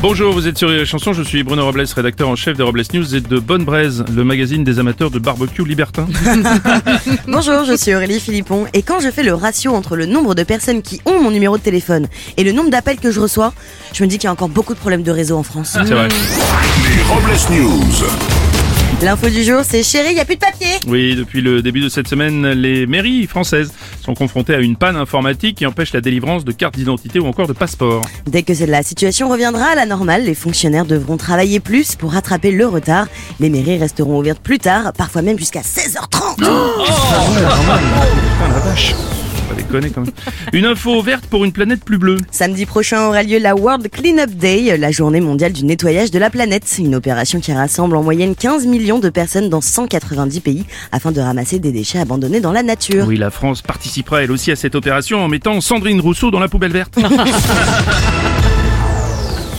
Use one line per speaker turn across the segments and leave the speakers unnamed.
Bonjour, vous êtes sur les chansons, je suis Bruno Robles, rédacteur en chef des Robles News et de Bonne Braise, le magazine des amateurs de barbecue libertin.
Bonjour, je suis Aurélie Philippon et quand je fais le ratio entre le nombre de personnes qui ont mon numéro de téléphone et le nombre d'appels que je reçois, je me dis qu'il y a encore beaucoup de problèmes de réseau en France.
C'est vrai.
Les Robles News.
L'info du jour, c'est chérie, il n'y a plus de papier
Oui, depuis le début de cette semaine, les mairies françaises sont confrontées à une panne informatique qui empêche la délivrance de cartes d'identité ou encore de passeport.
Dès que la situation reviendra à la normale, les fonctionnaires devront travailler plus pour rattraper le retard. Les mairies resteront ouvertes plus tard, parfois même jusqu'à 16h30
Pas déconner quand même. Une info verte pour une planète plus bleue.
Samedi prochain aura lieu la World Cleanup Day, la journée mondiale du nettoyage de la planète. Une opération qui rassemble en moyenne 15 millions de personnes dans 190 pays afin de ramasser des déchets abandonnés dans la nature.
Oui, la France participera elle aussi à cette opération en mettant Sandrine Rousseau dans la poubelle verte.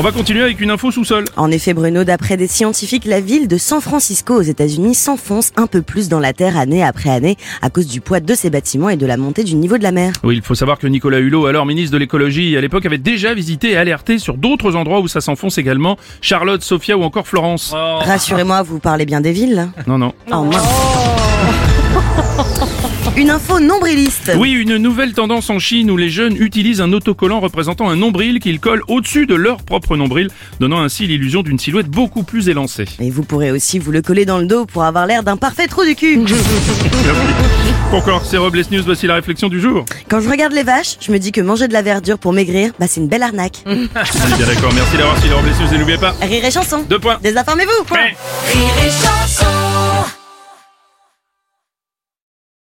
On va continuer avec une info sous-sol.
En effet, Bruno, d'après des scientifiques, la ville de San Francisco aux États-Unis s'enfonce un peu plus dans la terre année après année à cause du poids de ses bâtiments et de la montée du niveau de la mer.
Oui, il faut savoir que Nicolas Hulot, alors ministre de l'écologie à l'époque, avait déjà visité et alerté sur d'autres endroits où ça s'enfonce également, Charlotte, Sofia ou encore Florence.
Oh. Rassurez-moi, vous parlez bien des villes. là
Non, non.
Oh, mince. Une info nombriliste.
Oui, une nouvelle tendance en Chine où les jeunes utilisent un autocollant représentant un nombril qu'ils collent au-dessus de leur propre nombril, donnant ainsi l'illusion d'une silhouette beaucoup plus élancée.
Et vous pourrez aussi vous le coller dans le dos pour avoir l'air d'un parfait trou du cul.
Encore, c'est Robles News, voici la réflexion du jour.
Quand je regarde les vaches, je me dis que manger de la verdure pour maigrir, bah c'est une belle arnaque.
Mm. On est bien d'accord, merci d'avoir suivi les Robles News et n'oubliez pas,
Rire et chanson.
deux points.
Désinformez-vous.
Ouais.
Rire et chanson